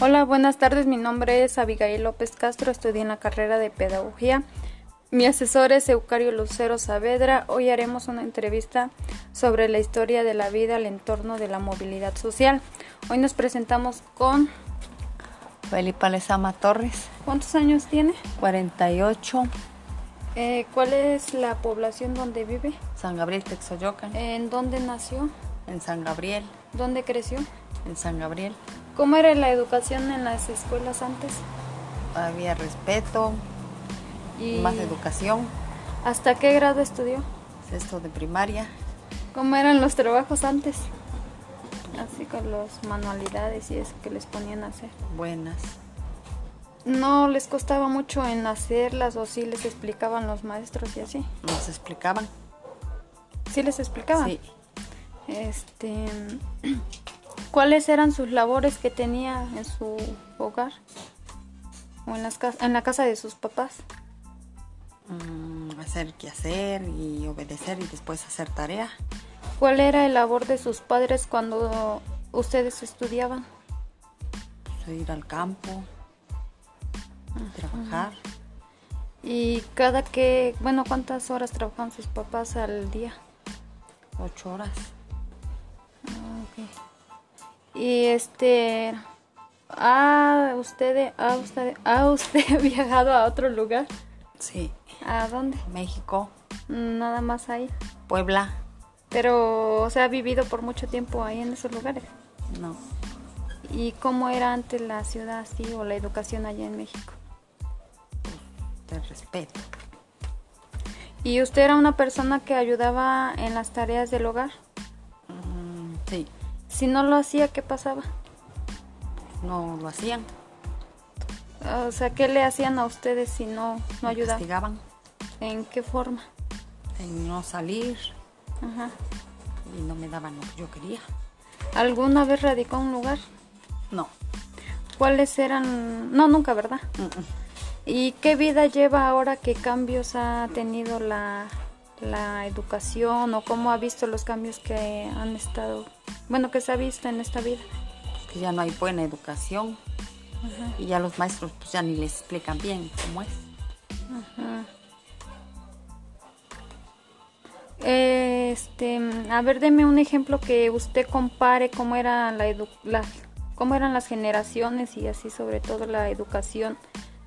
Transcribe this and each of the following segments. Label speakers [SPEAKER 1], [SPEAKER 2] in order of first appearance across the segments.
[SPEAKER 1] Hola, buenas tardes. Mi nombre es Abigail López Castro. Estudié en la carrera de Pedagogía. Mi asesor es Eucario Lucero Saavedra. Hoy haremos una entrevista sobre la historia de la vida al entorno de la movilidad social. Hoy nos presentamos con
[SPEAKER 2] Felipa Lezama Torres,
[SPEAKER 1] ¿cuántos años tiene?
[SPEAKER 2] 48,
[SPEAKER 1] Eh, ¿Cuál es la población donde vive?
[SPEAKER 2] San Gabriel Texoyocan,
[SPEAKER 1] ¿En dónde nació?
[SPEAKER 2] en San Gabriel,
[SPEAKER 1] ¿Dónde creció?
[SPEAKER 2] en San Gabriel.
[SPEAKER 1] ¿Cómo era la educación en las escuelas antes?
[SPEAKER 2] Había respeto,
[SPEAKER 1] Y
[SPEAKER 2] más educación,
[SPEAKER 1] ¿Hasta qué grado estudió?
[SPEAKER 2] sexto de primaria,
[SPEAKER 1] ¿Cómo eran los trabajos antes? Así con las manualidades y eso que les ponían a hacer.
[SPEAKER 2] buenas.
[SPEAKER 1] ¿No les costaba mucho en hacerlas o sí les explicaban los maestros y así?
[SPEAKER 2] Nos explicaban.
[SPEAKER 1] ¿Sí les explicaban?
[SPEAKER 2] Sí,
[SPEAKER 1] Este, ¿Cuáles eran sus labores que tenía en su hogar? ¿O en, las cas- en la casa de sus papás?
[SPEAKER 2] mm, hacer qué hacer y obedecer y después hacer tarea.
[SPEAKER 1] ¿Cuál era el labor de sus padres cuando ustedes estudiaban?
[SPEAKER 2] pues, Ir al campo, trabajar.
[SPEAKER 1] ¿Y cada que, bueno, cuántas horas trabajaban sus papás al día?
[SPEAKER 2] Ocho horas.
[SPEAKER 1] Y este, ¿ha usted, ha usted, ha usted viajado a otro lugar?
[SPEAKER 2] Sí.
[SPEAKER 1] ¿A dónde?
[SPEAKER 2] México,
[SPEAKER 1] Nada más ahí.
[SPEAKER 2] Puebla.
[SPEAKER 1] Pero, o sea, ha vivido por mucho tiempo ahí en esos lugares.
[SPEAKER 2] No.
[SPEAKER 1] ¿Y cómo era antes la ciudad así o la educación allá en México?
[SPEAKER 2] Te respeto.
[SPEAKER 1] ¿Y usted era una persona que ayudaba en las tareas del hogar?
[SPEAKER 2] Mm, sí.
[SPEAKER 1] Si no lo hacía, ¿qué pasaba?
[SPEAKER 2] No lo hacían.
[SPEAKER 1] O sea, ¿qué le hacían a ustedes si no, no
[SPEAKER 2] me
[SPEAKER 1] ayudaba?
[SPEAKER 2] castigaban
[SPEAKER 1] ¿En qué forma?
[SPEAKER 2] en no salir
[SPEAKER 1] Ajá.
[SPEAKER 2] y no me daban lo que yo quería.
[SPEAKER 1] ¿Alguna vez radicó en un lugar?
[SPEAKER 2] No.
[SPEAKER 1] ¿Cuáles eran? No, nunca, ¿verdad?
[SPEAKER 2] Mm, mm.
[SPEAKER 1] ¿Y qué vida lleva ahora? ¿Qué cambios ha tenido la, la educación o cómo ha visto los cambios que han estado, bueno, que se ha visto en esta vida?
[SPEAKER 2] Que Pues ya no hay buena educación y ya los maestros pues, ya ni les explican bien cómo es.
[SPEAKER 1] Este, a ver, deme un ejemplo que usted compare cómo era la edu- la- cómo eran las generaciones y así sobre todo la educación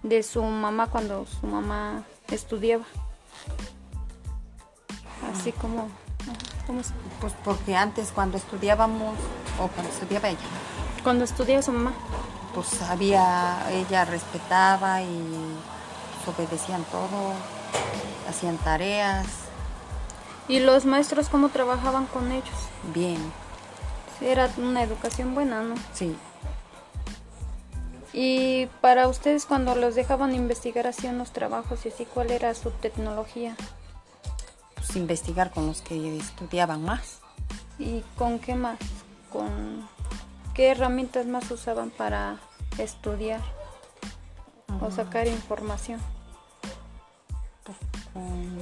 [SPEAKER 1] de su mamá cuando su mamá estudiaba. Así como, ajá, como es-
[SPEAKER 2] Pues porque antes cuando estudiábamos o cuando estudiaba ella,
[SPEAKER 1] cuando estudiaba su mamá.
[SPEAKER 2] pues había, ella respetaba y pues, obedecían todo, hacían tareas,
[SPEAKER 1] Y los maestros cómo trabajaban con ellos.
[SPEAKER 2] bien,
[SPEAKER 1] Era una educación buena, ¿no?
[SPEAKER 2] sí.
[SPEAKER 1] Y para ustedes cuando los dejaban investigar hacían los trabajos y así, ¿cuál era su tecnología?
[SPEAKER 2] Pues investigar con los que estudiaban más.
[SPEAKER 1] ¿Y con qué más? ¿Con qué herramientas más usaban para estudiar o sacar información?
[SPEAKER 2] con,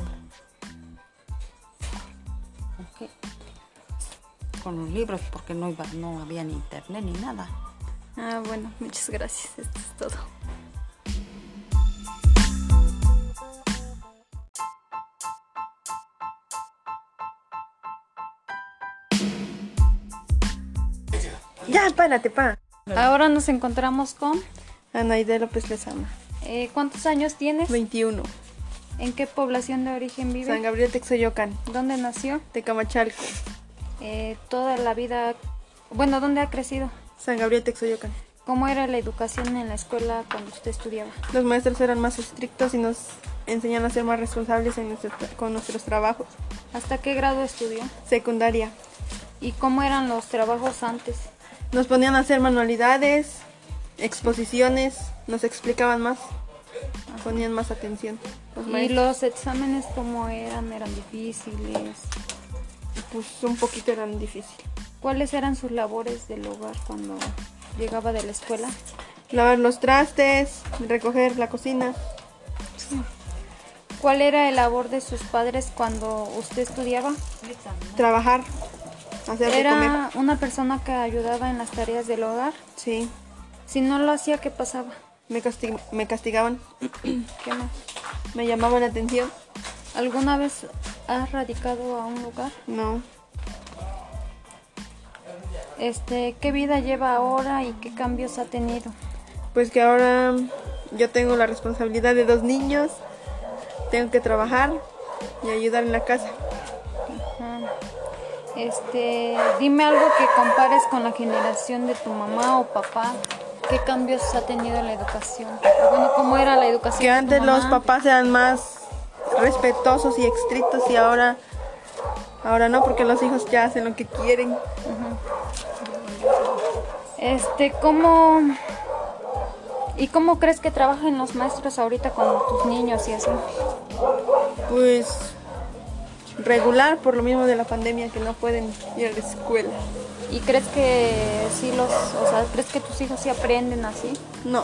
[SPEAKER 2] ¿con qué? Con los libros porque no iba, no había ni internet ni nada.
[SPEAKER 1] Ah, bueno, muchas gracias. Esto es todo.
[SPEAKER 3] Ya, párate, pa.
[SPEAKER 1] Ahora nos encontramos con...
[SPEAKER 3] Anaide López Lezama,
[SPEAKER 1] eh, ¿Cuántos años tienes?
[SPEAKER 3] 21.
[SPEAKER 1] ¿En qué población de origen vive?
[SPEAKER 3] San Gabriel Texoyocan,
[SPEAKER 1] ¿Dónde nació?
[SPEAKER 3] Tecamachalco.
[SPEAKER 1] Eh, toda la vida... Bueno, ¿dónde ha crecido?
[SPEAKER 3] San Gabriel Texoyocan.
[SPEAKER 1] ¿Cómo era la educación en la escuela cuando usted estudiaba?
[SPEAKER 3] Los maestros eran más estrictos y nos enseñan a ser más responsables en nuestro- con nuestros trabajos.
[SPEAKER 1] ¿Hasta qué grado estudió?
[SPEAKER 3] Secundaria.
[SPEAKER 1] ¿Y cómo eran los trabajos antes?
[SPEAKER 3] Nos ponían a hacer manualidades, exposiciones, nos explicaban más, ponían más atención. Los
[SPEAKER 1] Y
[SPEAKER 3] maestros,
[SPEAKER 1] los exámenes como eran, eran difíciles.
[SPEAKER 3] pues un poquito eran difícil.
[SPEAKER 1] ¿Cuáles eran sus labores del hogar cuando llegaba de la escuela?
[SPEAKER 3] Lavar los trastes, recoger la cocina.
[SPEAKER 1] ¿Cuál era el labor de sus padres cuando usted estudiaba?
[SPEAKER 3] trabajar, hacer de comer.
[SPEAKER 1] Era una persona que ayudaba en las tareas del hogar.
[SPEAKER 3] Sí,
[SPEAKER 1] Si no lo hacía, ¿qué pasaba?
[SPEAKER 3] Me, castig- me castigaban,
[SPEAKER 1] ¿Qué más?
[SPEAKER 3] me llamaban la atención.
[SPEAKER 1] ¿Alguna vez has radicado a un lugar?
[SPEAKER 3] No,
[SPEAKER 1] Este, ¿qué vida lleva ahora y qué cambios ha tenido?
[SPEAKER 3] pues que ahora yo tengo la responsabilidad de dos niños, tengo que trabajar y ayudar en la casa.
[SPEAKER 1] Ah, Este, dime algo que compares con la generación de tu mamá o papá. ¿Qué cambios ha tenido la educación? O Bueno, ¿cómo era la educación?
[SPEAKER 3] Que
[SPEAKER 1] de tu
[SPEAKER 3] antes los
[SPEAKER 1] mamá?
[SPEAKER 3] papás eran más respetuosos y estrictos y ahora, ahora no, porque los hijos ya hacen lo que quieren.
[SPEAKER 1] Este, ¿cómo y cómo crees que trabajan los maestros ahorita con tus niños y así?
[SPEAKER 3] Pues regular por lo mismo de la pandemia que no pueden ir a la escuela.
[SPEAKER 1] ¿Y crees que sí los, o sea, crees que tus hijos sí aprenden así?
[SPEAKER 3] No,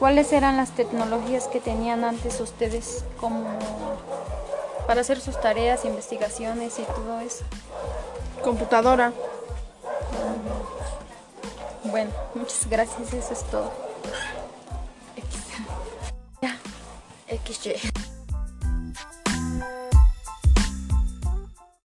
[SPEAKER 1] ¿Cuáles eran las tecnologías que tenían antes ustedes como para hacer sus tareas, investigaciones y todo eso?
[SPEAKER 3] computadora.
[SPEAKER 1] Bueno, muchas gracias, eso es todo. X. Ya. XY.